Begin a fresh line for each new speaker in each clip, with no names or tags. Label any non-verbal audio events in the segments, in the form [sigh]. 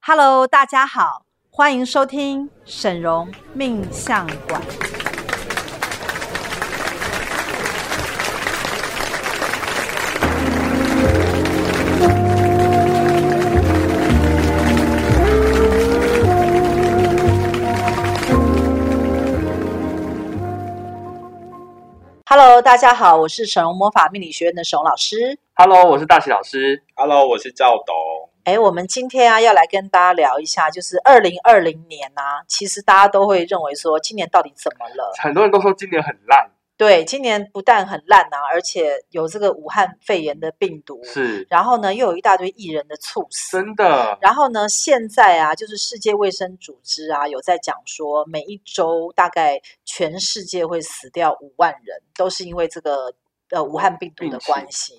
Hello，大家好，欢迎收听沈荣命相馆。Hello，大家好，我是沈荣魔法命理学院的沈荣老师。
Hello，我是大喜老师。
Hello，我是赵董。
哎，我们今天啊要来跟大家聊一下，就是二零二零年啊，其实大家都会认为说今年到底怎么了？
很多人都说今年很烂，
对，今年不但很烂啊，而且有这个武汉肺炎的病毒，
是
然后呢又有一大堆艺人的猝死，
真的。
然后呢现在啊，就是世界卫生组织啊有在讲说，每一周大概全世界会死掉五万人，都是因为这个。呃，武汉病毒
病
的
情
关系，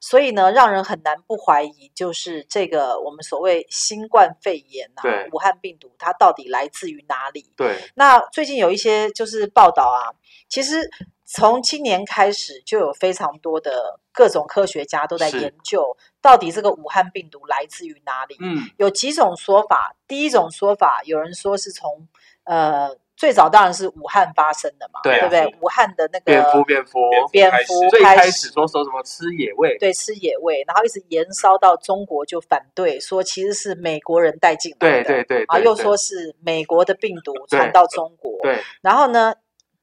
所以呢，让人很难不怀疑，就是这个我们所谓新冠肺炎啊
对，
武汉病毒它到底来自于哪里？
对，
那最近有一些就是报道啊，其实从今年开始就有非常多的各种科学家都在
是
研究，到底这个武汉病毒来自于哪里。
嗯，
有几种说法，第一种说法，有人说是从呃最早当然是武汉发生的嘛，
对啊
不对？武汉的那
蝙蝠，
个
蝙蝠，
蝙
开始
蝠
最
开
开
始
始说说什么吃野味，
对吃野味，然后一直延烧到中国就反对，说其实是美国人带进来
对
的，
对对，
啊，
对
又
对
说是美国的病毒
对
传到中国，
对，
然后呢，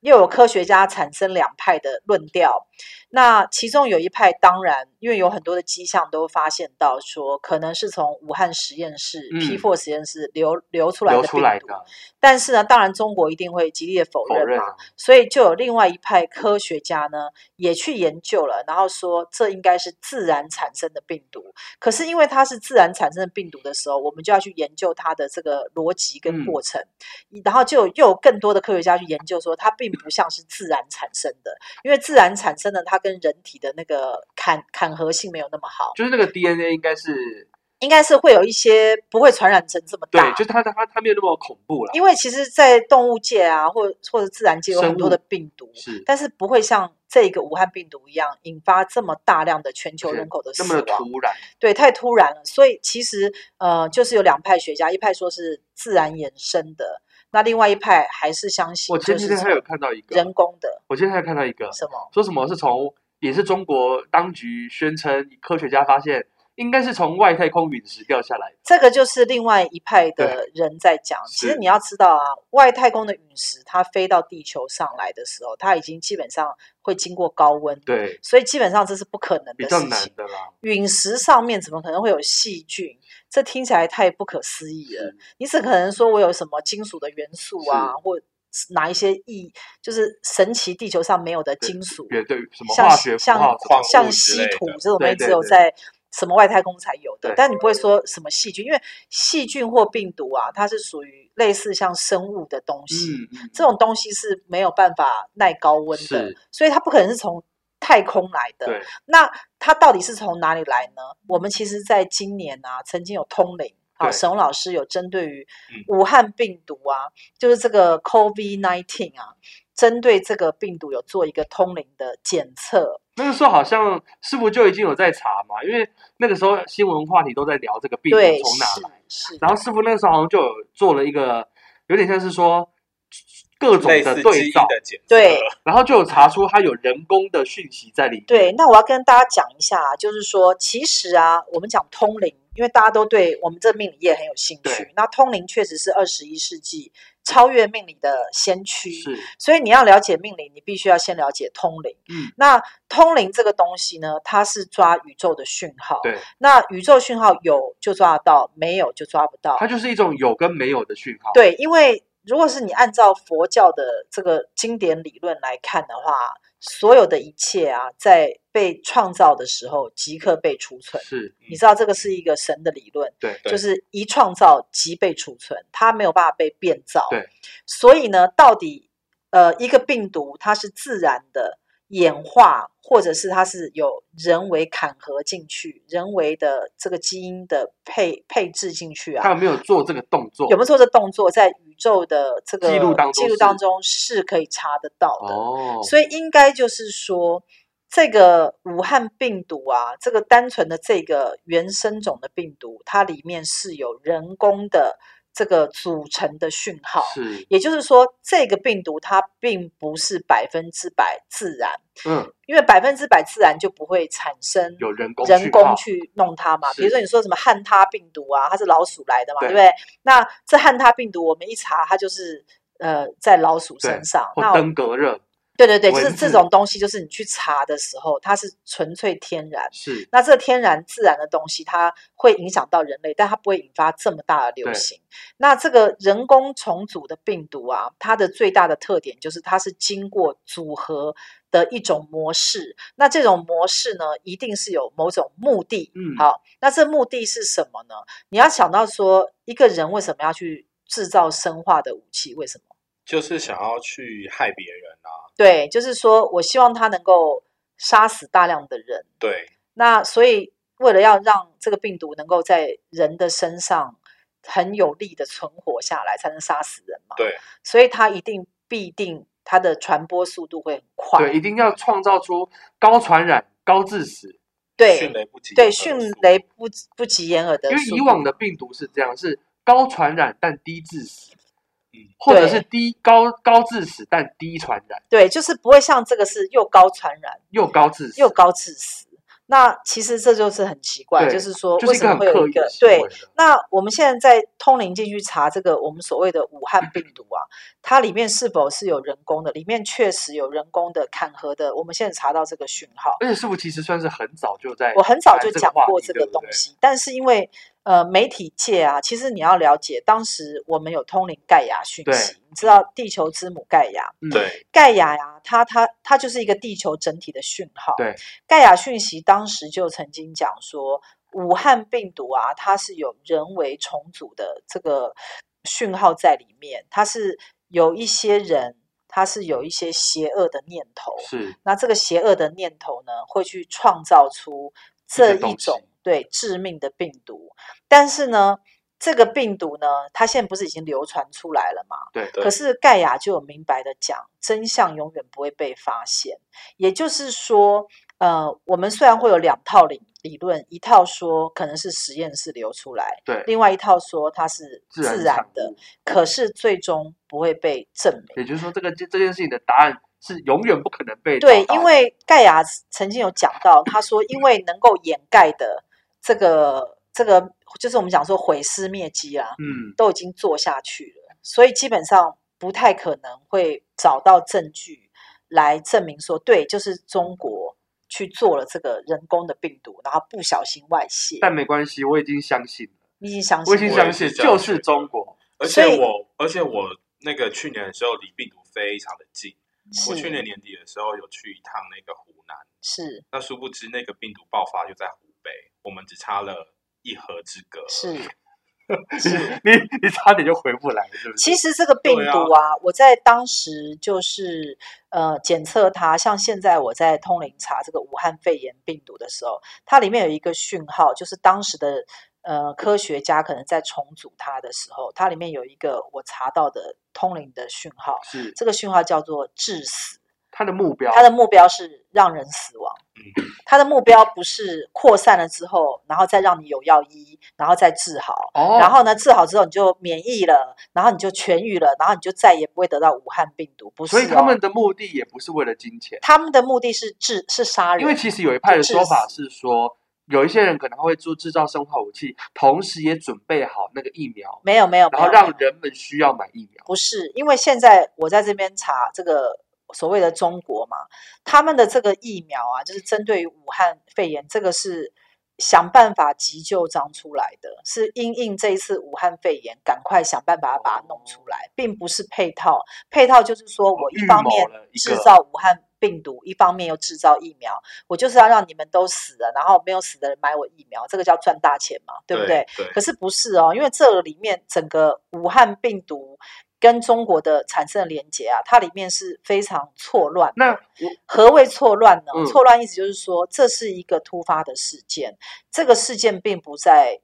又有科学家产生两派的论调。那其中有一派，当然，因为有很多的迹象都发现到说，可能是从武汉实验室、
嗯
P4 实验室流流出来
流
的
出
病
来
毒。
的，
但是呢，当然中国一定会极力的否
否
认
认
嘛。
啊，
所以就有另外一派科学家呢，也去研究了，然后说这应该是自然产生的病毒。可是因为它是自然产生的病毒的时候，我们就要去研究它的这个逻辑跟
嗯
过程，然后就有又有更多的科学家去研究说，它并不像是自然产生的，因为自然产生的它跟人体的那个砍砍合性没有那么好，
就是那个 DNA 应该是
应该是会有一些不会传染成这么大
对，。就它它它没有那么恐怖了，
因为其实，在动物界啊，或或者自然界有很
生
多
物
的病毒，
是
但是不会像这个武汉病毒一样引发这么大量的全球
而且
人口的
那
死
么的
亡。
突然，
对，太突然了。所以其实呃，就是有两派学家，一派说是自然衍生的，那另外一派还是相信
我前
就
几
是
天还有
从
看到一个，
人工的
我今天还有看到一个，
什么。
说什么是从也是中国当局宣称科学家发现应该是从外太空陨石掉下来的，
这个就是另外一派的人在讲。其
是
实你要知道啊，外太空的陨石它飞到地球上来的时候，它已经基本上会经过高温，
对，
所以基本上这是不可能
比
的
较
事情
难。的啦。
陨石上面怎么可能会有细菌？这听起来太不可思议了。
是
你只可能说我有什么金属的元素啊，或是哪一些异，就是神奇地球上没有的金属，
乐队什
嗯
么
像
化学符
像
号
矿物
像
之
稀
类
土
的
这种东西
对
只
对
有
对
在什么外太空才有的
对，
但你不会说什么细菌，因为细菌或病毒啊，它是属于类似像生物的东西。
嗯，嗯
这种东西是没有办法耐高温的
是，
所以它不可能是从太空来的
对。
那它到底是从哪里来呢？我们其实在今年啊，曾经有通灵。好，
对
沈宏老师有针对于
嗯
武汉病毒啊，就是这个 COVID nineteen 啊，针对这个病毒有做一个通灵的检测。
那个时候好像师傅就已经有在查嘛，因为那个时候新闻话题都在聊这个病毒
对，
从
是
哪来，
是，
然后师傅那个时候好像就有做了一个有点像是说各种
类
的
似基
对
因
照，
的检测，
对
然后就有查出它有人工的讯息在里面。
对，，那我要跟大家讲一下啊，就是说，其实啊，我们讲通灵，因为大家都对我们这命理业很有兴趣
对。
那通灵确实是二十一世纪超越命理的先驱，
是，
所以你要了解命理，你必须要先了解通灵。
嗯，
那通灵这个东西呢，它是抓宇宙的讯号。
对，
那宇宙讯号有就抓得到，没有就抓不到。
它就是一种有跟没有的讯号。
哦对，因为如果是你按照佛教的这个经典理论来看的话，所有的一切啊，在被创造的时候即刻被储存。
是，
你知道这个是一个神的理论，
嗯对，
对
就是一创造即被储存，它没有办法被变造。
对，
所以呢，到底呃一个病毒它是自然的演化，或者是它是有人为砍合进去，人为的这个基因的配配置进去啊？
它有没有做这个动作？
有没有做这动作，在宇宙的这个
记录当中
记录
是
当中是可以查得到的，
哦，
所以应该就是说，这个武汉病毒啊，这个单纯的这个原生种的病毒，它里面是有人工的这个组成的讯号。
是，
也就是说，这个病毒它并不是百分之百自然，
嗯，
因为百分之百自然就不会产生
有人工
人
讯
工
号
去弄它嘛。比如
是
说你说什么汉他病毒啊，它是老鼠来的嘛，对
对
不对？那这汉他病毒我们一查，它就是呃在老鼠身
对
上。
或
那
登革热
对对对，就是
蚊
这
子
种东西，就是你去查的时候，它是纯粹天然。
是
那这天然自然的东西，它会影响到人类，但它不会引发这么大的流
对
行。那这个人工重组的病毒啊，它的最大的特点就是它是经过组合的一种模式。那这种模式呢，一定是有某种目的。
嗯
好，那这目的是什么呢？你要想到说，一个人为什么要去制造生化的武器？为什么？
就是想要去害别人啊，
对，就是说我希望它能够杀死大量的人。
对，
那所以，为了要让这个病毒能够在人的身上很有力的存活下来，才能杀死人嘛。
对，
所以它一定必定它的传播速度会很快。
对，一定要创造出高传染、高致死。
对
迅雷不及
对，
掩
迅
耳速
雷不及不及掩耳的
因为
速
以往
度
的病毒是这样，是高传染但低致死，或者
嗯对
是低高高致死但低传染，
对，就是不会像这个是又高传染
又高致死，
又高致死。那其实这就是很奇怪，
对
就是说
就
为
是一
什
个
么会
很
有
刻
一
意的
个
行
对
为了。
那我们现在在通灵进去查这个我们所谓的武汉病毒啊，它里面是否是有人工的？里面确实有人工的坎和的，我们现在查到这个讯号。
而且师傅其实算是很早就在，
我很早就
谈这个
讲
话
过
题
这
对
个
不
东
对
西，但是因为呃媒体界啊，其实你要了解，当时我们有通灵盖亚讯
对
息，你知道地球之母盖亚，
嗯
对，
盖亚呀、它它它就是一个地球整体的讯号。
对，
盖亚讯息当时就曾经讲说，武汉病毒啊，它是有人为重组的这个讯号在里面，它是有一些人，他是有一些邪恶的念头，
是
那这个邪恶的念头呢，会去创造出这
个
一
东
种
西
对致命的病毒，但是呢。这个病毒呢，它现在不是已经流传出来了吗？
对
对
可是盖亚就有明白的讲，真相永远不会被发现。也就是说，呃，我们虽然会有两套理理论，一套说可能是实验室流出来，
对，
另外一套说它是
自然
自然
产
的
物，
可是最终不会被证明。
也就是说这个这件事情的答案是永远不可能被找
对，
到
因
的
为盖亚曾经有讲到，他说因为能够掩盖的这个这个，就是我们讲说毁尸灭迹啊，
嗯
都已经做下去了，所以基本上不太可能会找到证据来证明说，对，就是中国去做了这个人工的病毒，然后不小心外泄。
但没关系，我已经相信了，
你已经相
我
信
已经
了
相信
我也是这样
就
觉
是
得
中国，
而
所以
且我，而且我那个去年的时候离病毒非常的近，我去
是
年年底的时候有去一趟那个湖南，
是
那殊不知那个病毒爆发就在湖北，我们只差了一河之隔，
是
你
是。
[laughs] 你你差点就回不来，是不是？
其实这个病
对啊
毒啊，我在当时就是呃检测它，像现在我在通灵查这个武汉肺炎病毒的时候，它里面有一个讯号，就是当时的呃科学家可能在重组它的时候，它里面有一个我查到的通灵的讯号，
是
这个讯号叫做致死，
他的目标，
它的目标是让人死亡。
哦嗯，
它的目标不是扩散了之后，然后再让你有药医，然后再治好，
哦，
然后呢，治好之后你就免疫了，然后你就痊愈了，然后你就再也不会得到武汉病毒，不是、哦？
所以他们的目的也不是为了金钱，
他们的目的是治是杀人，
因为其实有一派的说法是说，有一些人可能会做制造生化武器，同时也准备好那个疫苗，
没有没有，
然后
没有
让
没有
人们需要买疫苗。
不是，因为现在我在这边查这个所谓的中国嘛，他们的这个疫苗啊，就是针对于武汉肺炎，这个是想办法急救长出来的，是因应这一次武汉肺炎，赶快想办法把它弄出来，并不是配套。配套就是说我一
哦预
方
谋
面
了一
制
个
造武汉。病毒一方面又制造疫苗，我就是要让你们都死了，然后没有死的人买我疫苗，这个叫赚大钱嘛，对不对？
对？对
可是不是哦，因为这里面整个武汉病毒跟中国的产生的连结啊，它里面是非常错乱。
那我
何谓错乱呢？
嗯
错乱意思就是说，这是一个突发的事件，这个事件并不在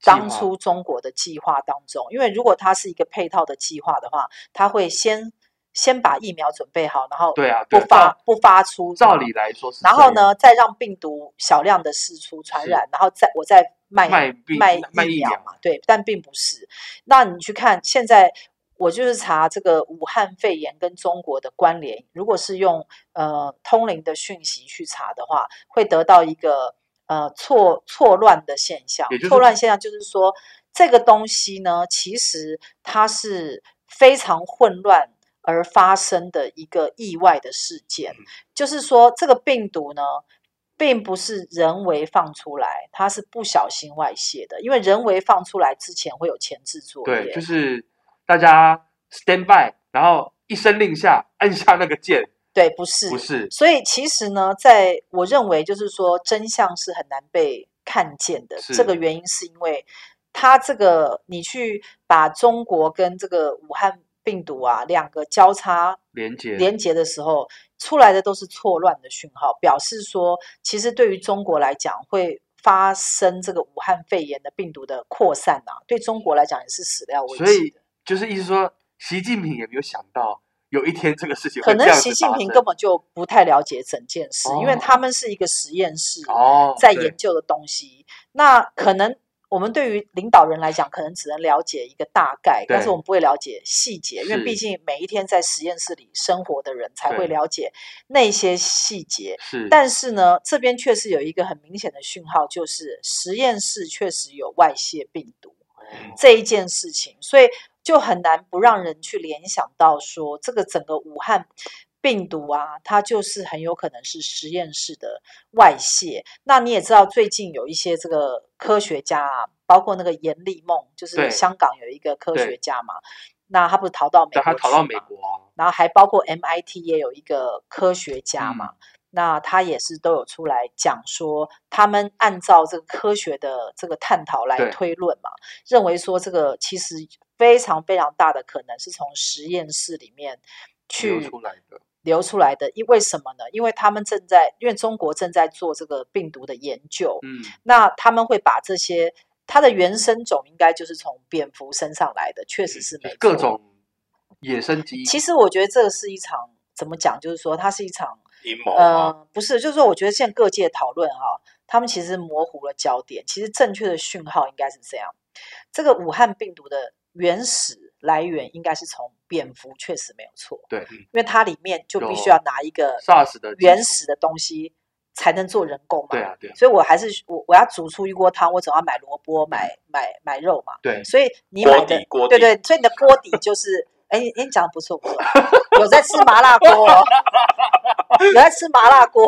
计划
当初中国的计划当中。因为如果它是一个配套的计划的话，它会先先把疫苗准备好，然后
对啊，
不
对
发不发出，
照理来说是这
然
样。
后呢，再让病毒少量的释出传
是
染，然后再我再卖
卖病卖
疫
疫
苗
苗
嘛，对，但并不是。那你去看现在，我就是查这个武汉肺炎跟中国的关联，如果是用呃通灵的讯息去查的话，会得到一个呃错错乱的现象。
也就是
错乱现象就是说，这个东西呢，其实它是非常混乱而发生的一个意外的事件。
嗯
就是说，这个病毒呢，并不是人为放出来，它是不小心外泄的。因为人为放出来之前会有前置作业，
对，就是大家 stand by，然后一声令下，按下那个键，
对不是
不是
所以其实呢，在我认为，就是说真相是很难被看见的。
是
这个原因是因为它这个你去把中国跟这个武汉病毒啊两个交叉
连接
连接的时候，出来的都是错乱的讯号，表示说，其实对于中国来讲会。发生这个武汉肺炎的病毒的扩散啊，对中国来讲也是始料未
所
及
以
的。
就是意思说，习近平也没有想到有一天这个事情
可
会
能
这样子
习近
发
平
生
根本就不太了解整件事，因为
哦
他们是一个实验室，
哦
在
对
研究的东西。那可能我们对于领导人来讲，可能只能了解一个大概，但是
对
我们不会了解细节，因为
是
毕竟每一天在实验室里生活的人才会
对
了解那些细节。
是，
但是呢，这边确实有一个很明显的讯号，就是实验室确实有外泄病毒
嗯
这一件事情，所以就很难不让人去联想到说，这个整个武汉病毒啊，它就是很有可能是实验室的外泄。那你也知道，最近有一些这个科学家啊，包括那个严立梦，就是
对
香港有一个科
对
学家嘛，那他不是逃到美
但
国
他
去
逃到美
嘛
国啊，
然后还包括 MIT 也有一个科学家
嗯
嘛，那他也是都有出来讲说，他们按照这个科学的这个探讨来
对
推论嘛，认为说这个其实非常非常大的可能是从实验室里面
流
去
出来的，
流出来的，因为什么呢？因为他们正在，因为中国正在做这个病毒的研究，
嗯，
那他们会把这些。它的原生种应该就是从蝙蝠身上来的，确实是没
各
错
种野生基因，
其实我觉得这是一场怎么讲，就是说它是一场
阴谋啊
呃
吗？，
不是，就是说我觉得现在各界讨论哈、他们其实模糊了焦点。其实正确的讯号应该是这样：这个武汉病毒的原始来源应该是从蝙蝠，确实没有错。
对
嗯
因为它里面就必须
有
要拿一个
SARS 的基
原
础
始的东西才能做人工嘛。
对啊，对啊，
所以我还是我我要煮出一锅汤，我总要买萝卜、买买买肉嘛。
对
所以你
锅
买的
底锅
对
底
对，所以你的锅底
[laughs]
就是，哎，你你讲的不错不错，有在吃麻辣锅哦， [laughs] 有在吃麻辣锅，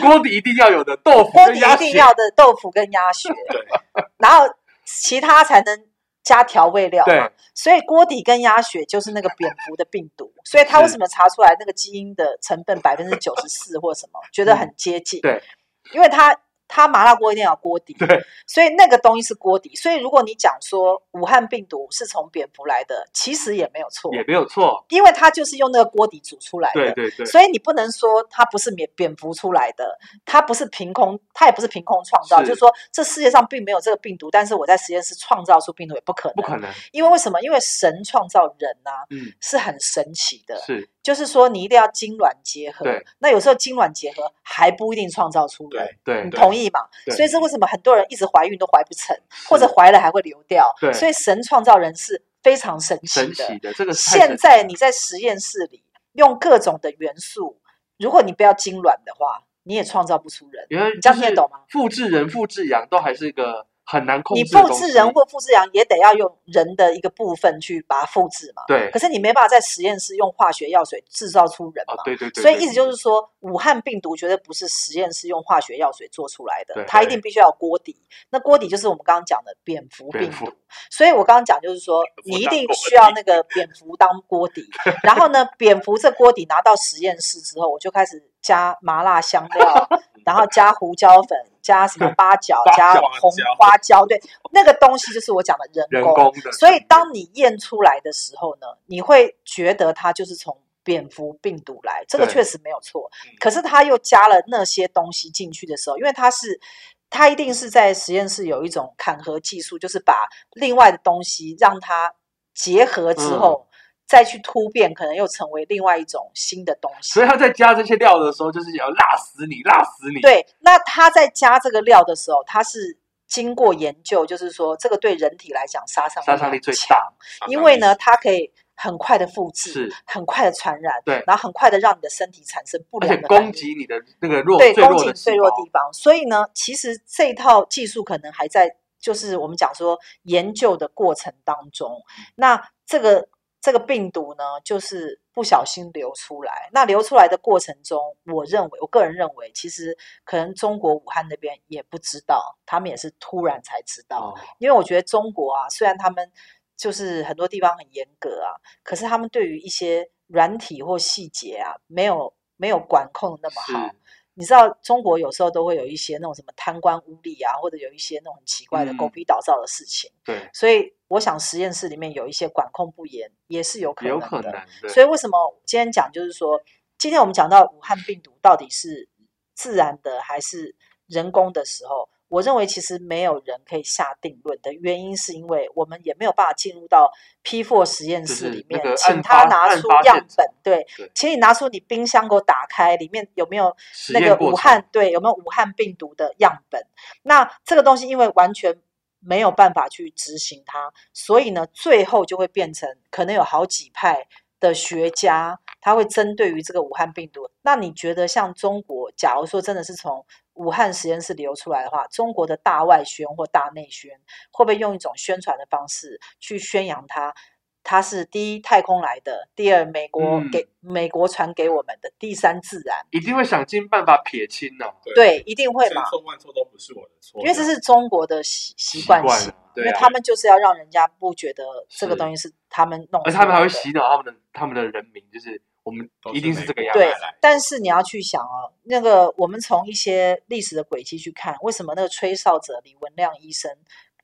锅底一定要有的豆腐
锅
跟
底
鸭
一
血
定，要的豆腐跟鸭血，
对，
[laughs] 然后其他才能加调味料嘛
对。
所以锅底跟鸭血就是那个蝙蝠的病毒，所以他为
是
什么查出来那个基因的成分百分之九十四或什么，觉得很接近？
嗯对，
因为他他麻辣锅一定要有锅底，
对，
所以那个东西是锅底。所以如果你讲说武汉病毒是从蝙蝠来的，其实也没有错，
也没有错，
因为它就是用那个锅底煮出来的。
对对对，
所以你不能说它不是蝙蝙蝠出来的，它不是凭空，它也不是凭空创造，
是
就是说这世界上并没有这个病毒，但是我在实验室创造出病毒也不可能，
不可能，
因为为什么？因为神创造人啊，
嗯，
是很神奇的，
是
就是说你一定要精卵结合
对，
那有时候精卵结合还不一定创造出来
对。
对
你
对
同意嘛？
对
所以这为什么很多人一直怀孕都怀不成，
是
或者怀了还会流掉？
对
所以神创造人是非常神奇
神
的。
奇的，这个是太
现
神
在
奇
你在实验室里用各种的元素，如果你不要精卵的话，你也创造不出人。
了因为
你这样听得懂吗？
复制人、复制羊都还是一个很难控
你
制的
复
东西，
制人或复制羊也得要用人的一个部分去把它复制嘛。
对
可是你没办法在实验室用化学药水制造出人嘛。
啊，对对对，
所以
对
意思就是说，武汉病毒绝对不是实验室用化学药水做出来的
对，
它一定必须要有锅底。那锅底就是我们刚刚讲的蝙蝠
蝙
病
蝠
毒。所以我刚刚讲就是说，你
蝙蝠
一
当
定
锅
需要那个蝙蝠当锅底，然后呢，蝙蝠这锅底拿到实验室之后，我就开始加麻辣香
[laughs]
料，然后加胡椒粉，加什么八角，
八
加
角
红
椒
花椒，对，那个东西就是我讲的人
人
工。
工的，
所以，当你验出来的时候呢，你会觉得它就是从蝙蝠病毒来，这个
对
确实没有错
嗯。
可是它又加了那些东西进去的时候，因为它是它一定是在实验室有一种
嗯
砍合技术，就是把另外的东西让它结合之后。再去突变，可能又成为另外一种新的东西
所以。他在加这些料的时候，就是想要辣死你，辣死你。，
对，那他在加这个料的时候，他是经过研究，就是说这个对人体来讲杀伤
杀伤力最
强
大，
啊
因为呢，它可以很快的复制，
是，
很快的传染，
对
然后很快的让你的身体产生不
而
良
且
的反
攻
应
击你的那个弱
对
最
攻
弱
击
的
你最
细
弱
胞
地。方。所以呢，其实这套技术可能还在就是我们讲说研究的过程当中。
嗯
那这个这个病毒呢，就是不小心流出来。那流出来的过程中，我认为我个人认为，其实可能中国武汉那边也不知道，他们也是突然才知道。
哦，
因为我觉得中国啊，虽然他们就是很多地方很严格啊，可是他们对于一些软体或细节啊，没有没有管控得那么好
是。
你知道中国有时候都会有一些那种什么贪官污吏啊，或者有一些那种很奇怪的狗
嗯
屁倒灶的事情，
对，
所以我想实验室里面有一些管控不严也是有可
也有
能
可
的。
能。对
所以为什么今天讲就是说，今天我们讲到武汉病毒到底是自然的还是人工的时候，我认为其实没有人可以下定论的原因，是因为我们也没有办法进入到 P4 实验
就是
室里
那
面，
个
请
案
他
发
拿
案
出
发现
样
场
本，对，
对
请你拿出你冰箱给我打开，里面有没有
实
那
验
个
过
武
程
汉对有没有武汉病毒的样本？那这个东西因为完全没有办法去执行它，所以呢，最后就会变成可能有好几派的学家，他会针对于这个武汉病毒。那你觉得像中国，假如说真的是从武汉实验室流出来的话，中国的大外宣或大内宣会不会用一种宣传的方式去宣扬它？它是第一太空来的，第二美国
嗯
给、美国传给我们的，第三自然。
一定会想尽办法撇清哦呢、
对，一定会
千
嘛，
错万错都不是我的错，
因为这是中国的习习惯
惯
性
了，
因
对
为
啊
他们就是要让人家不觉得这个
是
东西是他们弄出来的，
而且他们还会洗脑他们的他们的人民，就是我们
都是
一定是这个样
美
子
国
对
来。
但是你要去想哦，那个我们从一些历史的轨迹去看，为什么那个吹哨者李文亮医生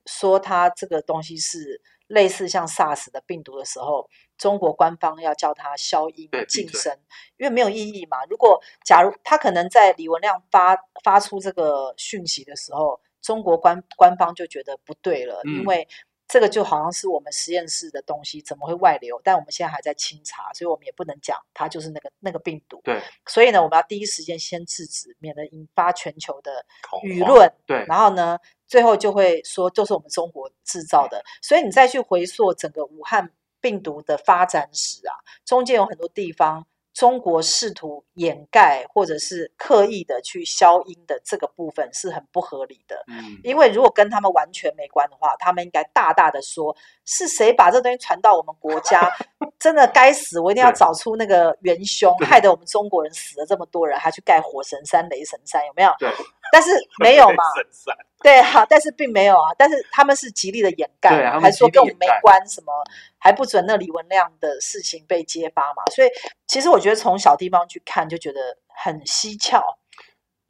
说他这个东西是类似像 SARS 的病毒的时候，中国官方要叫它消音
对闭
晋
嘴
升，因为没有意义嘛。如果假如他可能在李文亮发发出这个讯息的时候，中国官官方就觉得不对了，因
嗯
为。这个就好像是我们实验室的东西，怎么会外流？但我们现在还在清查，所以我们也不能讲它就是那个那个病毒。
对
所以呢，我们要第一时间先制止，免得引发全球的
恐慌
舆论。
对，
然后呢，最后就会说，就是我们中国制造的。所以你再去回溯整个武汉病毒的发展史啊，中间有很多地方，中国试图掩盖或者是刻意的去消音的这个部分是很不合理的。
嗯，
因为如果跟他们完全没关的话，他们应该大大的说是谁把这东西传到我们国家， [laughs] 真的该死！我一定要
对
找出那个元凶，
对
害得我们中国人死了这么多人，还去盖火神山、雷神山，有没有？
对，
但是没有嘛，
圣山
对啊，但是并没有啊，但是他们是极力的掩盖
对
嘛，
他们
还说
极力
跟我们
掩
没
盖
关什么，还不准那李文亮的事情被揭发嘛，所以其实我觉得从小地方去看就觉得很蹊跷，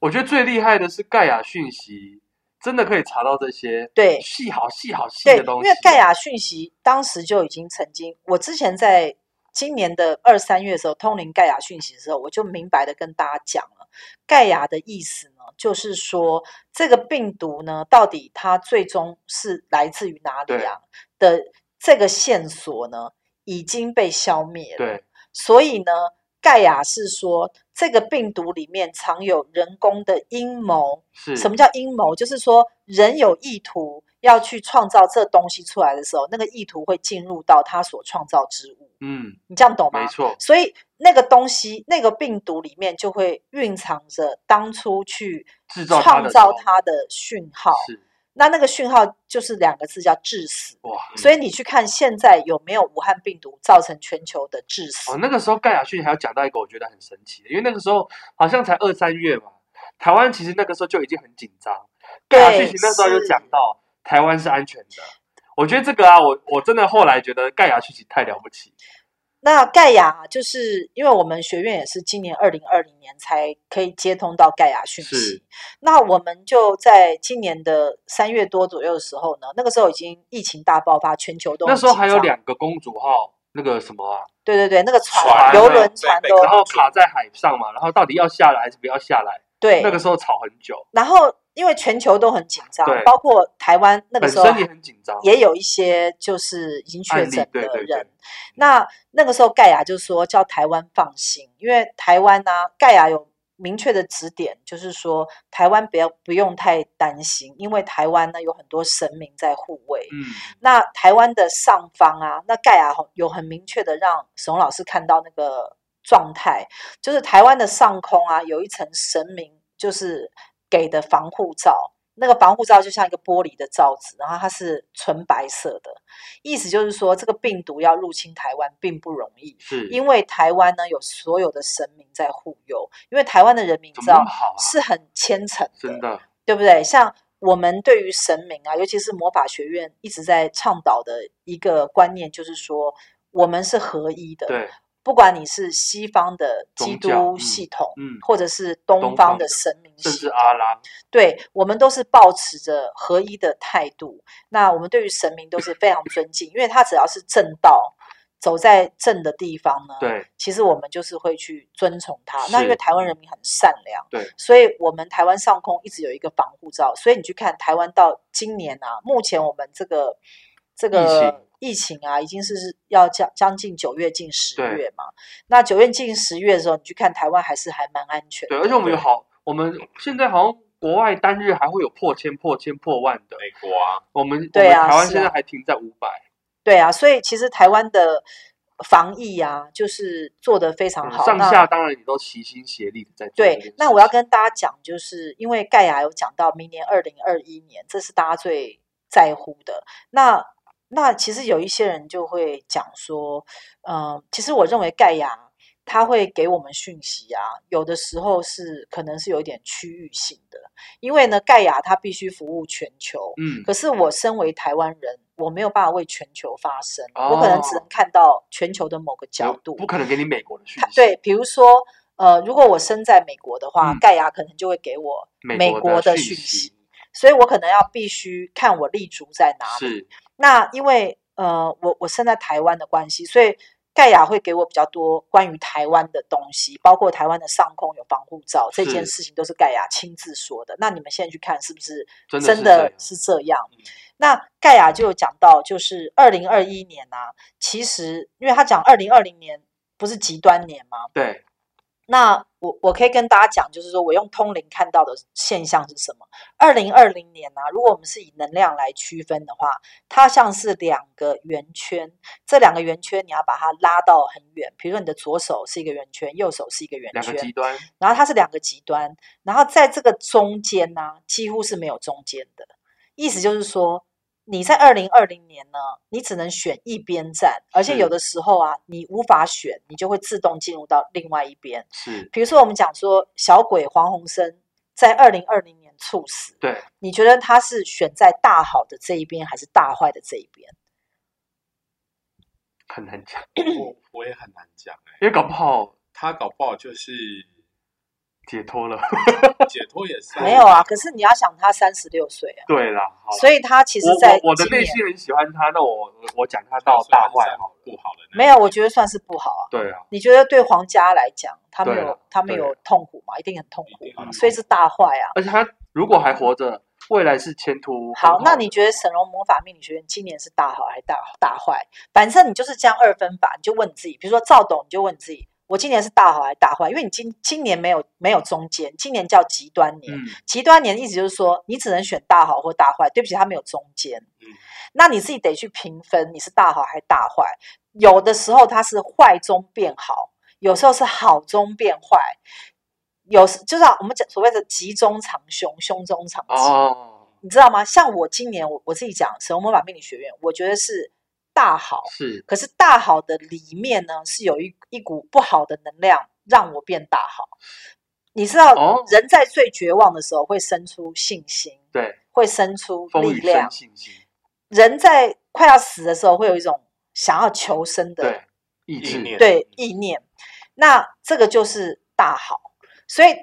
我觉得最厉害的是盖亚讯息，真的可以查到这些
对
细好细好细
对，
的东西。
因为盖亚讯息当时就已经曾经，我之前在今年的二三月的时候通灵盖亚讯息的时候，我就明白的跟大家讲了，盖亚的意思呢，就是说这个病毒呢，到底它最终是来自于哪里啊的这个线索呢，已经被消灭了。
对
所以呢，盖亚是说这个病毒里面藏有人工的阴谋。
是
什么叫阴谋？就是说人有意图要去创造这东西出来的时候，那个意图会进入到他所创造之物。
嗯，
你这样懂
没
吗？
错，
所以那个东西，那个病毒里面就会蕴藏着当初去
制造它
创
的
造
时候
它的讯号。
是
那那个讯号就是两个字，叫致死。
哇。
所以你去看现在有没有武汉病毒造成全球的致死？
哦，那个时候盖亚逊还有讲到一个我觉得很神奇的，因为那个时候好像才二三月嘛，台湾其实那个时候就已经很紧张。盖亚逊其实那时候
是
就讲到台湾是安全的，我觉得这个啊，我我真的后来觉得盖亚逊其实太了不起，
那盖亚就是因为我们学院也是今年二零二零年才可以接通到盖亚讯息
是，
那我们就在今年的三月多左右的时候呢，那个时候已经疫情大爆发，全球都
那
很
时候
紧
还有
张
两个公主号那个什么啊，
对对对，那个船
船啊
游
对
轮
对
船
被
都
然后卡在海上嘛，然后到底要下来还是不要下来？
对
那个时候吵很久，
然后因为全球都很紧张
对，
包括台湾那个
本
时候
身也很紧张，
也有一些就是已经确诊
案例对
的
对对嗯
人。那那个时候盖亚就说叫台湾放心，因为台湾呢、盖亚有明确的指点，就是说台湾不要不用太担心，因为台湾呢有很多神明在护卫。
嗯，
那台湾的上方啊，那盖亚有很明确的让沈老师看到那个状态，就是台湾的上空啊，有一层神明就是给的防护罩，那个防护罩就像一个玻璃的罩子，然后它是纯白色的，意思就是说这个病毒要入侵台湾并不容易，
是
因为台湾呢有所有的神明在护佑，因为台湾的人民你
怎
知
么那
道
么好啊？
是很虔诚的，
真的，
对不对？像我们对于神明啊，尤其是魔法学院一直在倡导的一个观念，就是说我们是合一的。，
对，
不管你是西方的基
宗教
督
嗯
系统，
嗯
或者是
东
东
方
方的
的
神明
甚
系
至
统，
阿拉，
对我们都是保持着合一的态度。那我们对于神明都是非常尊敬，因为他只要是正道，走在正的地方呢，
对
其实我们就是会去遵从它。那因
是
为台湾人民很善良，
对，
所以我们台湾上空一直有一个防护罩。所以你去看台湾到今年啊，目前我们这个这个疫情啊，已经是要将将近九月近十
对
月嘛。那九月近十月的时候，你去看台湾还是还蛮安全的
对，而且我们有好，我们现在好像国外单日还会有破千、破千、破万的，
美国啊，
我们
对
我
啊
们台湾
是
现在
啊
还停在五百，
对啊，所以其实台湾的防疫啊，就是做得非常
嗯
好。
上
那
下当然也都齐心协力的在做这件事
对
情。，
那我要跟大家讲，就是因为盖亚有讲到明年二零二一年，这是大家最在乎的。那那其实有一些人就会讲说，嗯、其实我认为盖亚他会给我们讯息啊，有的时候是可能是有一点区域性的，因为呢，盖亚他必须服务全球，
嗯，
可是我身为台湾人，我没有办法为全球发声，我可能只能看到全球的某个角
我
度。
不可能给你美国的讯息，
对，比如说，呃，如果我身在美国的话，
嗯
盖亚可能就会给我
美
美
国
国
的
的
讯
讯
息
息，所以我可能要必须看我立足在哪里。
是
那因为呃，我我身在台湾的关系，所以盖亚会给我比较多关于台湾的东西，包括台湾的上空有防护罩这件
是
事情，都是盖亚亲自说的。那你们现在去看，是不是
真的
真
是这
的
样
是这样
嗯？
那盖亚就有讲到，就是二零二一年啊，其实因为他讲二零二零年不是极端年吗？
对，
那我我可以跟大家讲，就是说我用通灵看到的现象是什么？二零二零年啊，如果我们是以能量来区分的话，它像是两个圆圈，这两个圆圈你要把它拉到很远，比如说你的左手是一个圆圈，右手是一个圆
两个极
圈，
端，
然后它是两个极端，然后在这个中间呢、几乎是没有中间的，意思就是说。你在二零二零年呢，你只能选一边站，而且
是
有的时候啊，你无法选，你就会自动进入到另外一边。
是
比如说我们讲说小鬼黄鸿升在二零二零年猝死，
对，
你觉得他是选在大好的这一边，还是大坏的这一边？
很难讲，
我我也很难讲哎、
因为搞不好
他搞不好 [laughs] 就是
解脱了。 [laughs]
解脱也是
没有啊，，可是你要想他三十六岁啊，
对啦，好啦
所以他其实
我
在
我我的
今
内
年
心很喜欢他，那我我我讲他到大坏哈。
好不好的那
没有，我觉得算是不好啊。
对啊，
你觉得对皇家来讲，他们
对啊
有他们
对啊
有痛苦吗？一定很痛苦
一定
嘛，
很
所以是大坏啊。
而且他如果还活着，未来是前途很
好，那
的
你觉得沈荣魔法命理学院今年是大好还是大大坏？反正你就是这样二分法，你就问你自己，比如说赵董，你就问你自己，我今年是大好还是大坏？因为你今今年没有没有中间，今年叫极端年。
嗯
极端年的意思就是说，你只能选大好或大坏，对不起，它没有中间。
嗯
那你自己得去评分，你是大好还是大坏？有的时候它是坏中变好，有时候是好中变坏，有时就是啊我们讲所谓的吉中藏凶，凶中藏吉。
哦
你知道吗？像我今年我我自己讲神魔法命理学院，我觉得是大好，
是
可是大好的里面呢，是有一一股不好的能量让我变大好。你知道，
哦
人在最绝望的时候会生出信心，
对
会生出
风
力
雨生
量；
信心，
人在快要死的时候会有一种想要求生的
对意
意
志
念
对意念。那这个就是大好，所以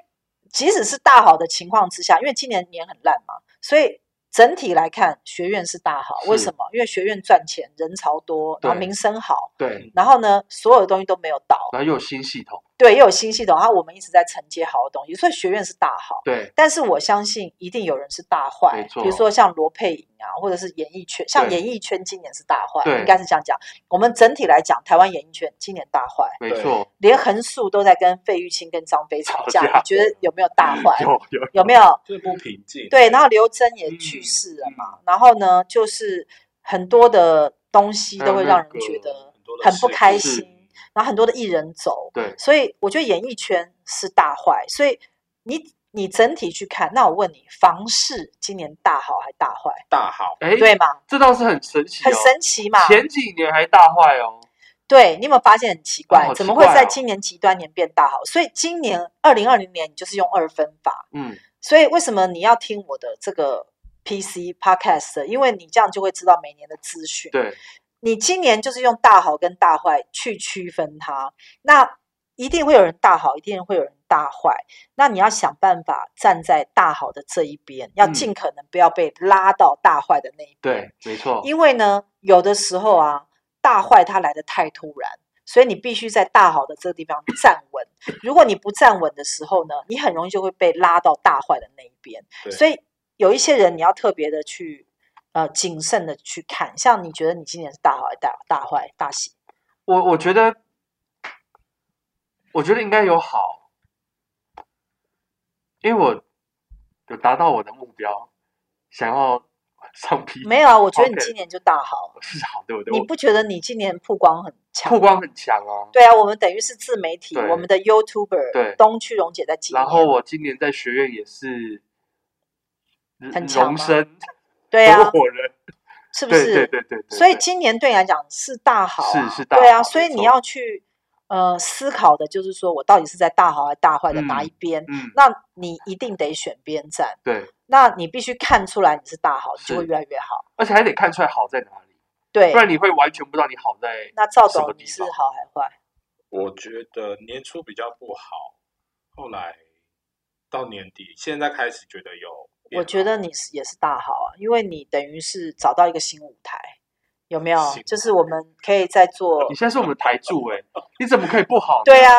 即使是大好的情况之下，因为今年年很烂嘛，所以整体来看，学院是大好。为
是
什么？因为学院赚钱，人潮多，然后
对
名声好，
对，
然后呢，所有东西都没有倒。
然后又有新系统，
对，也有新系统，然后我们一直在承接好的东西，所以学院是大好。
对，
但是我相信一定有人是大
没
坏，
错
比如说像罗佩颖啊，或者是演艺圈，像
对
演艺圈今年是大坏
对，
应该是这样讲。我们整体来讲，台湾演艺圈今年大坏，
没错，
连横竖都在跟费玉清跟张飞吵架，
吵架嗯
你觉得有没有大坏？
有有
有没有？
就是不平静。
对，然后刘真也
嗯
去世了嘛，然后呢，就是很多的东西都会让人觉得
很多的
很不
事
开
故
是
心，然后很多的艺人走，
对
所以我觉得演艺圈是大坏，所以你你整体去看，那我问你，房市今年大好还大坏？
大好，
哎，
对，嘛，
这倒是很神奇，哦
很神奇嘛。
前几年还大坏哦，
对，你有没有发现很奇怪？
好
怎
奇
么会
怪
在
哦
今年极端年变大好？所以今年二零二零年，你就是用二分法。
嗯，
所以为什么你要听我的这个 PC podcast？因为你这样就会知道每年的资讯。
对，
你今年就是用大好跟大坏去区分它，那一定会有人大好，一定会有人大坏。那你要想办法站在大好的这一边，要
嗯
尽可能不要被拉到大坏的那一边。
对，没错，
因为呢，有的时候啊，大坏它来的太突然，所以你必须在大好的这个地方站稳。如果你不站稳的时候呢，你很容易就会被拉到大坏的那一边。
对
所以有一些人你要特别的去呃谨慎的去看，像你觉得你今年是大好还是大大坏大喜？
我我觉得，我觉得应该有好，因为我有达到我的目标，想要上 P
没有啊，我觉得你
嗯 OK
今年就大好，
是好，对不对？
你
我
不觉得你今年曝光很强？
曝光很强啊。
对啊，我们等于是自媒体，
对
我们的 YouTuber
对
东区荣姐在今年，
然后我今年在学院也是
很强
荣
吗
升
对啊
合，伙人，
是不
对
是？
对对对对，
所以
对
今年对你来讲是大好、啊，
是是大
对啊，
好
所以
没
你
错
要去呃思考的就是说我到底是在大好还是大坏的哪
嗯
一边？
嗯，
那你一定得选边站，
对，
那你必须看出来你是大好，你
是
就会越来越好。
而且还得看出来好在哪里，
对
不，然你会完全不知道你好在
那赵
什么
董你
地
是
方
好还坏？
我觉得年初比较不好，后来到年底，现在开始觉得有变好。
我觉得你是也是大好啊，因为你等于是找到一个新舞台，有没有
新？
就是我们可以再做
哦你。现在是我们的台柱哎、你怎么可以不好呢？
对啊，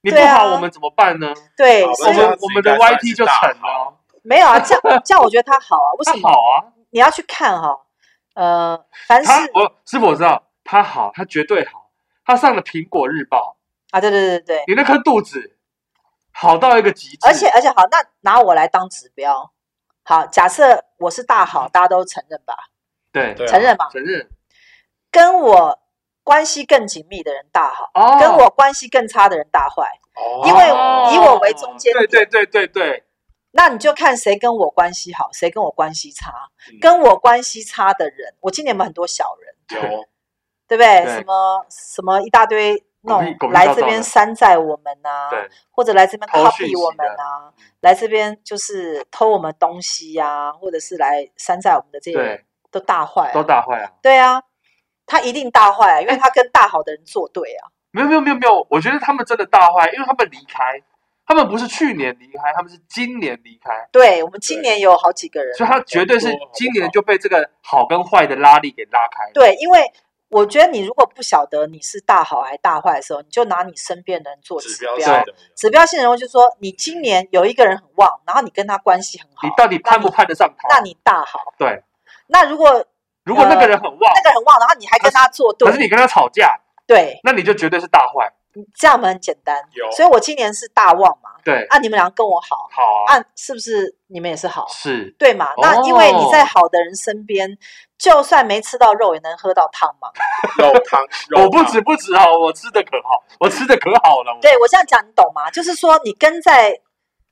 你不
对啊
好我们怎么办呢？
对，
好
所
我
以
那这
们
样子
我们的
应该算
YT
是
就
大
成
好
了，
没有啊，这
[laughs]
样这样我觉得他好啊，为
他
什么？
好啊，
你要去看哈、呃，凡是
他我师傅我知道他好，他绝对好，他上了苹果日报，
啊，对对对对，
你那颗肚子好到一个极致，
而且而且好，那拿我来当指标。好，假设我是大好，大家都承认吧，
对
对啊
承认吧。
承认
跟我关系更紧密的人大好，
哦，
跟我关系更差的人大坏，
哦
因为以我为中间
对
点。
对对对对，
那你就看谁跟我关系好，谁跟我关系差。
嗯
跟我关系差的人，我今年有没有很多小人，
有
对不对？
对
什么什么一大堆那
狗屁狗
种
屁
来
倒
这
灶
边
的
山寨我们呐、
对
或者来这边
偷讯
copy
息
我们
的嗯
啊，来这边就是偷我们东西呀、或者是来山寨我们的这些人
对，
都大坏、啊，
都哎打坏啊。
对啊，他一定大坏、啊，因为他跟大好的人作对啊。
没有没有没有没有，我觉得他们真的大坏，因为他们离开，他们不是去年离开，他们是今年离开，
对我们今年有好几个人，
所以他绝对是
很多
今年就被这个好跟坏的拉力给拉开。
对，因为我觉得你如果不晓得你是大好还是大坏的时候，你就拿你身边的人做
指
指
标
标
性
对。
的
指标性人物就说，你今年有一个人很旺，然后你跟他关系很好，
你到底攀不攀得上他？
那你大好。
对，
那如果
如果那个人很旺，
那个很旺，然后啊你还跟他作对
可，是你跟他吵架，
对，
那你就绝对是大坏。
这样嘛很简单
有。
所以我今年是大旺嘛，
对，
啊，你们俩跟我好，
好啊，
啊，是不是你们也是好？
是
对嘛？那因为你在
哦
好的人身边，就算没吃到肉，也能喝到汤嘛。
[laughs] 肉汤，肉
我不
汤
止不止哦，我吃的可好，我吃的可好了。我，
对我这样讲，你懂吗？就是说，你跟在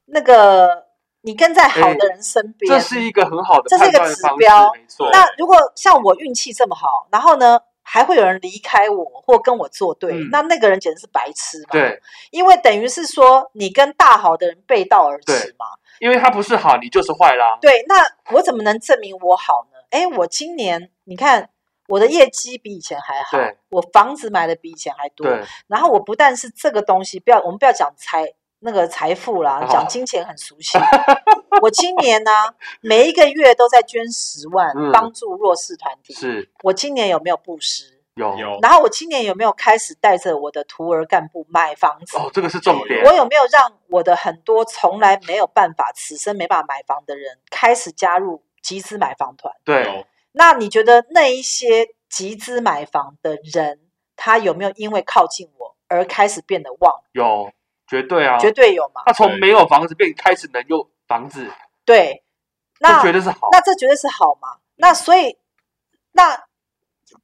那个，你跟在好的人身边，
这是一个很好的
这是一
判
个
断的
指
方
标
式，没错。
那如果像我运气这么好，然后呢，还会有人离开我或跟我作对，
嗯
那那个人简直是白痴嘛。，
对，
因为等于是说你跟大好的人背道而驰嘛。
因为他不是好，你就是坏啦。
对那我怎么能证明我好呢？哎，我今年你看我的业绩比以前还好
对，
我房子买的比以前还多，
对，
然后我不但是这个东西，不要我们不要讲财那个财富啦，
好
讲金钱很熟悉。我今年呢、每一个月都在捐十万
嗯
帮助弱势团体。
是
我今年有没有布施？
有
有
然后我今年有没有开始带着我的徒儿干部买房子？
哦，这个是重点
我。有没有让我的很多从来没有办法、此生没办法买房的人，开始加入集资买房团？
对，
有
那你觉得那一些集资买房的人，他有没有因为靠近我而开始变得旺？
有，绝对啊。
绝对有嘛？
他从没有房子变开始能有房子，
对，那
这绝对是好。嗯
那这绝对是好嘛。那所以，那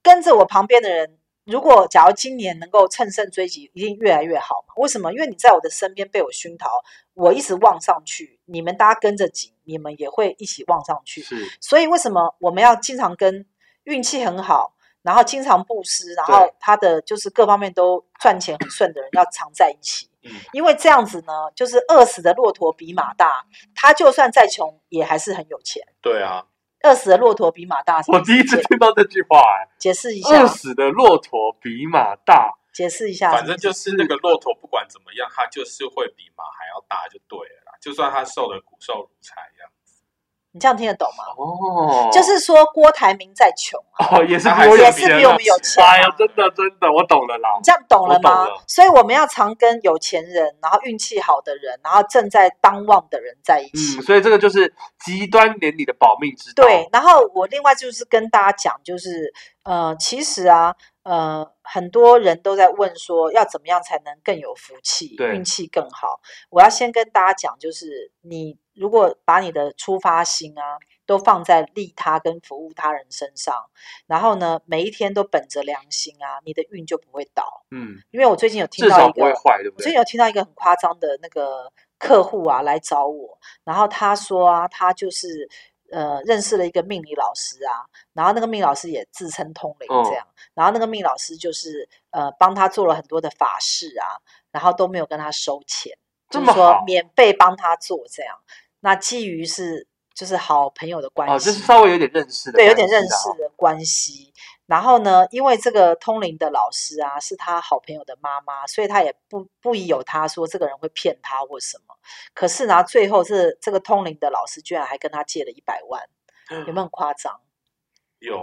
跟着我旁边的人，如果假如今年能够乘胜追击，一定越来越好嘛？为什么？因为你在我的身边被我熏陶，我一直望上去，你们大家跟着紧，你们也会一起望上去。
是
所以为什么我们要经常跟运气很好，然后经常布施，然后
对
他的就是各方面都赚钱很顺的人，要常在一起。
嗯
因为这样子呢，就是饿死的骆驼比马大，
嗯
他就算再穷也还是很有钱。
对啊，
饿死的骆驼比马大，
我第一次
解
听到这句话、哎
解释一下
饿，死的骆驼比马大，
解释一下，
反正就是那个骆驼，不管怎么样，它就是会比马还要大，就对了啦。就算它瘦的骨瘦如柴一样，
你这样听得懂吗？
哦，
就是说郭台铭再穷啊，
哦，也是比
他还
我
是
有
也是
钱
比我
啊
们。有钱
哎呀
啊，。
真的真的，我懂了啦
你。这样懂了吗？
我懂了
所以我们要常跟有钱人，然后运气好的人，然后正在当旺的人在一起。
嗯，所以这个就是极端年底的保命之道。
对，，然后我另外就是跟大家讲，就是呃，其实啊，呃，很多人都在问说，要怎么样才能更有福气，
对
运气更好。我要先跟大家讲，就是你如果把你的出发心啊，都放在利他跟服务他人身上，然后呢，每一天都本着良心啊，你的运就不会倒。
嗯，
因为我最近有听
至
到
少
一
不会
个，
坏，对不
我最
对？
近有听到一个很夸张的那个客户啊来找我，然后他说啊，他就是呃认识了一个命理老师啊，然后那个命理老师也自称通灵这
嗯
样，然后那个命理老师就是呃帮他做了很多的法事啊，然后都没有跟他收钱，
这
就是
么
说
好
免费帮他做这样。那基于是就是好朋友的关
哦，
系，
就是稍微有点认识的
对，
关系啦，
有点认识的关系。然后呢，因为这个通灵的老师啊，是他好朋友的妈妈，所以他也不不疑有他说这个人会骗他或什么。可是呢，最后这这个通灵的老师居然还跟他借了一百万，有没
啊
有很夸张？
有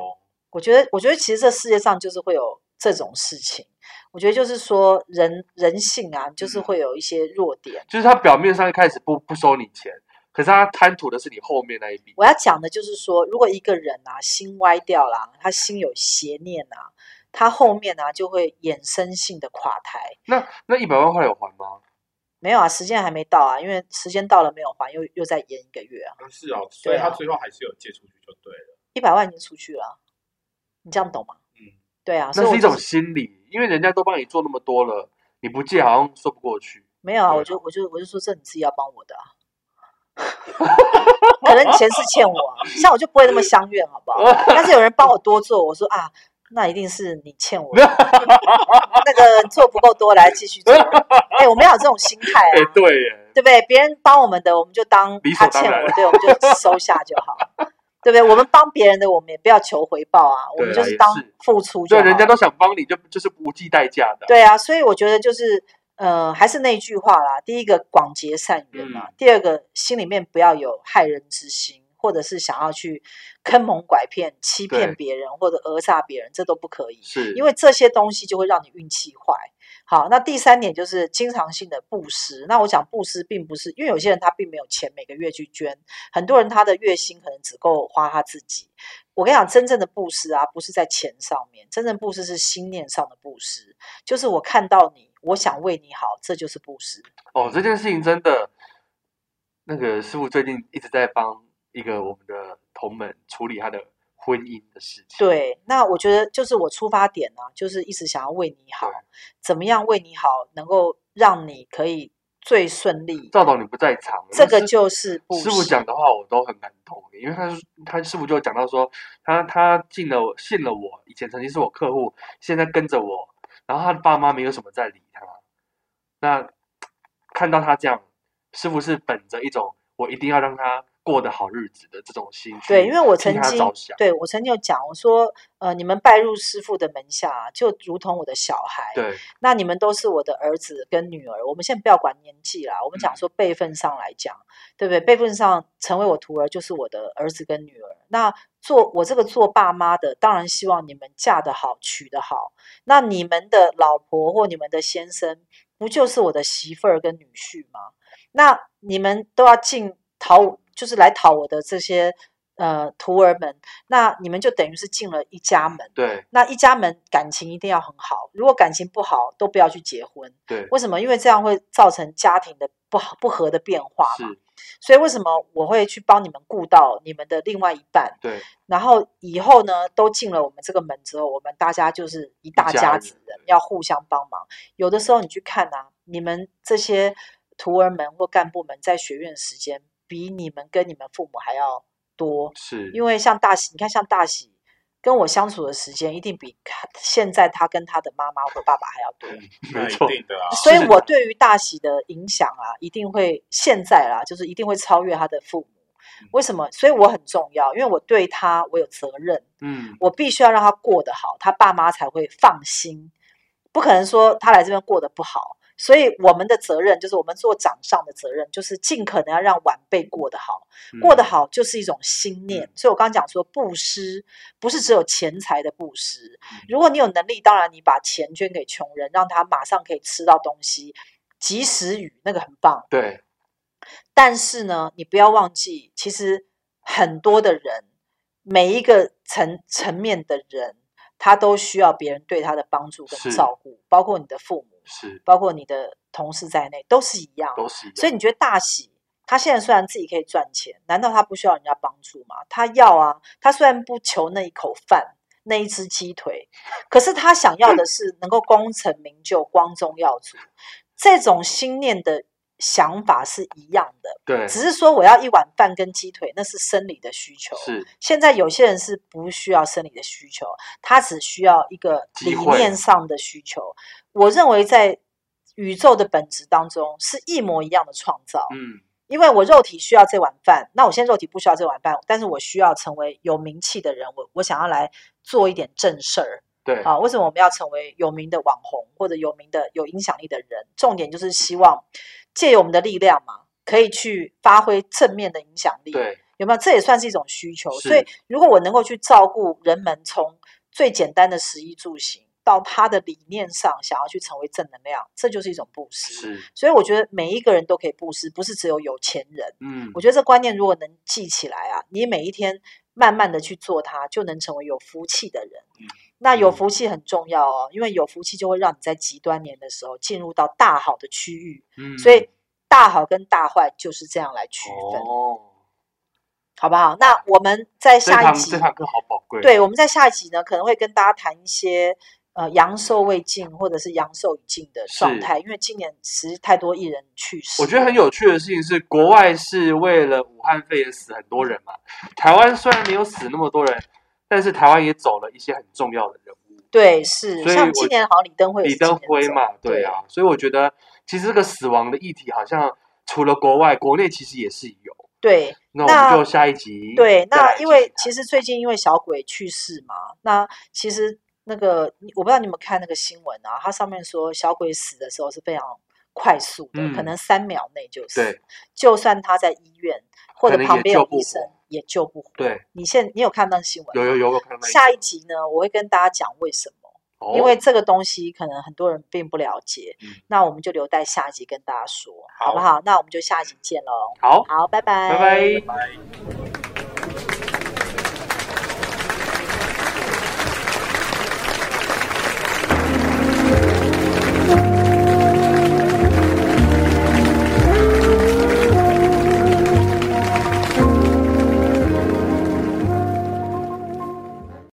我觉得，我觉得其实这世界上就是会有这种事情。我觉得就是说人人性啊，就是
嗯
会有一些弱点。
就是他表面上一开始不不收你钱，可是他贪图的是你后面那一笔。
我要讲的就是说，如果一个人啊心歪掉了啊，他心有邪念啊，他后面啊就会衍生性的垮台。
那那一百万后来有还吗？
没有啊，时间还没到啊，因为时间到了没有还，又又再延一个月啊，
但是哦，所以
对啊
他最后还是有借出去就对了。
一百万已经出去了啊，你这样懂吗？
嗯，
对啊，所以
那
我
是一
就
种心理，因为人家都帮你做那么多了，你不借好像说不过去。
没有啊，
对
我就我就我就说这你自己要帮我的啊，可能你前世欠我啊，像我就不会那么相怨，好不好？但是有人帮我多做，我说啊，那一定是你欠我的，
[laughs]
那个做不够多，来继续做。哎、我们要有这种心态
哎、
啊，
对耶，
对不对？别人帮我们的，我们就当
理所
他欠
当然
我，对，我们就收下就好， [laughs] 对不对？我们帮别人的，我们也不要求回报啊，我们
对啊
就
也
当
是
付出就
对，
好。
人家都想帮你，就就是不计代价的。
啊对啊，所以我觉得就是呃，还是那句话啦，第一个广结善缘嘛，
嗯
第二个心里面不要有害人之心。或者是想要去坑蒙拐骗、欺骗
对
别人或者讹诈别人，这都不可以。
是，
因为这些东西就会让你运气坏。好，那第三点就是经常性的布施。那我讲布施并不是，因为有些人他并没有钱每个月去捐，很多人他的月薪可能只够花他自己。我跟你讲，真正的布施啊，不是在钱上面，真正布施是心念上的布施，就是我看到你，我想为你好，这就是布施。
哦，这件事情真的，那个师傅最近一直在帮一个我们的同门处理他的婚姻的事情。，
对，那我觉得就是我出发点呢、啊就是一直想要为你好
对，
怎么样为你好，能够让你可以最顺利。
赵董你不在场，
这个
师
就是布
师傅
施
讲的话我都很感动，因为他说他师傅就讲到说，他他进了信了我，以前曾经是我客户，现在跟着我，然后他的爸妈没有什么在理他，那看到他这样，师傅是本着一种我一定要让他过得好日子的这种心去
对，因为我
替
曾
他
经
着想，
对我曾经有讲，我说呃，你们拜入师傅的门下、啊，就如同我的小孩。，
对
那你们都是我的儿子跟女儿。我们现在不要管年纪啦，我们讲
嗯
说辈分上来讲，对不对？辈分上成为我徒儿就是我的儿子跟女儿。那做我这个做爸妈的，当然希望你们嫁得好，娶得好。那你们的老婆或你们的先生，不就是我的媳妇儿跟女婿吗？那你们都要进讨，就是来讨我的这些呃徒儿们，那你们就等于是进了一家门。
对
那一家门感情一定要很好，如果感情不好，都不要去结婚。
对，
为什么？因为这样会造成家庭的不好不和的变化嘛。
是，
所以为什么我会去帮你们顾到你们的另外一半？
对
然后以后呢，都进了我们这个门之后，我们大家就是一大
家
家
人
子人，要互相帮忙。有的时候你去看啊，你们这些徒儿们或干部们在学院时间，比你们跟你们父母还要多。
是，
因为像大喜，你看像大喜跟我相处的时间，一定比他现在他跟他的妈妈或爸爸还要多。
[laughs] 那
没
一
错
定嗯的啊，
所以
是，
我对于大喜的影响啊，一定会现在啦，就是一定会超越他的父母
嗯。
为什么？所以我很重要，因为我对他我有责任，
嗯，
我必须要让他过得好，他爸妈才会放心。不可能说他来这边过得不好，所以我们的责任就是我们做掌上的责任，就是尽可能要让晚辈过得好。过得
嗯，
好就是一种心念。所以我刚刚讲说，布施不是只有钱财的布施
嗯。
如果你有能力，当然你把钱捐给穷人，让他马上可以吃到东西，及时雨那个很棒。
对
但是呢，你不要忘记，其实很多的人，每一个层层面的人，他都需要别人对他的帮助跟
是
照顾，包括你的父母，
是，
包括你的同事在内，都是一样。
都是一样，
所以你觉得大喜，他现在虽然自己可以赚钱，难道他不需要人家帮助吗？他要啊，他虽然不求那一口饭、那一只鸡腿，可是他想要的是能够功成名就、光宗耀祖。这种心念的想法是一样的，
对
只是说我要一碗饭跟鸡腿，那是生理的需求。
是
现在有些人是不需要生理的需求，他只需要一个
机
理
会
念上的需求。我认为在宇宙的本质当中是一模一样的创造，
嗯
因为我肉体需要这碗饭，那我现在肉体不需要这碗饭，但是我需要成为有名气的人，我我想要来做一点正事儿
对
啊。为什么我们要成为有名的网红或者有名的有影响力的人？重点就是希望借由我们的力量嘛，可以去发挥正面的影响力。
对
有没有？这也算是一种需求。所
是
以，如果我能够去照顾人们，从最简单的食衣住行到他的理念上，想要去成为正能量，这就是一种布施。
是，
所以，我觉得每一个人都可以布施，不是只有有钱人。
嗯
我，觉得这观念如果能记起来啊，你每一天慢慢的去做它，就能成为有福气的人
嗯。
那有
嗯
福气很重要哦，因为有福气就会让你在极端年的时候进入到大好的区域，
嗯
所以大好跟大坏就是这样来区分。
哦，
好不好？那我们在 [laughs]
这
下
堂
一集
这，堂课好宝贵，
对，我们在下一集呢，可能会跟大家谈一些呃阳寿未尽或者是阳寿已尽的状
是
态，因为今年其实太多艺人去世，
我觉得很有趣的事情是，国外是为了武汉肺炎死很多人嘛，台湾虽然没有死那么多人，但是台湾也走了一些很重要的人物，
对是，
所以
像
我
今年好像李登辉也
李
是今
登
年走，
辉嘛，对啊，所以我觉得其实这个死亡的议题好像除了国外，国内其实也是有。
对，
那我
那
们就下一集
对，
再来
那
继续谈。
因为其实
啊
最近因为小鬼去世嘛，那其实那个你我不知道你们看那个新闻啊，它上面说小鬼死的时候是非常快速的，可
嗯
能三秒内就死。
对
就算他在医院或
可
者
能
旁
也
边
救
有
不
医生
活
也救不活。
对，
你现你有看到新闻吗？
有有有我看到那
下一集呢，我会跟大家讲为什么。
哦
因为这个东西可能很多人并不了解，
嗯
那我们就留待下一集跟大家说，好不
好
好？那我们就下一集见喽。
好，
嗯好，拜拜，
拜拜。
拜。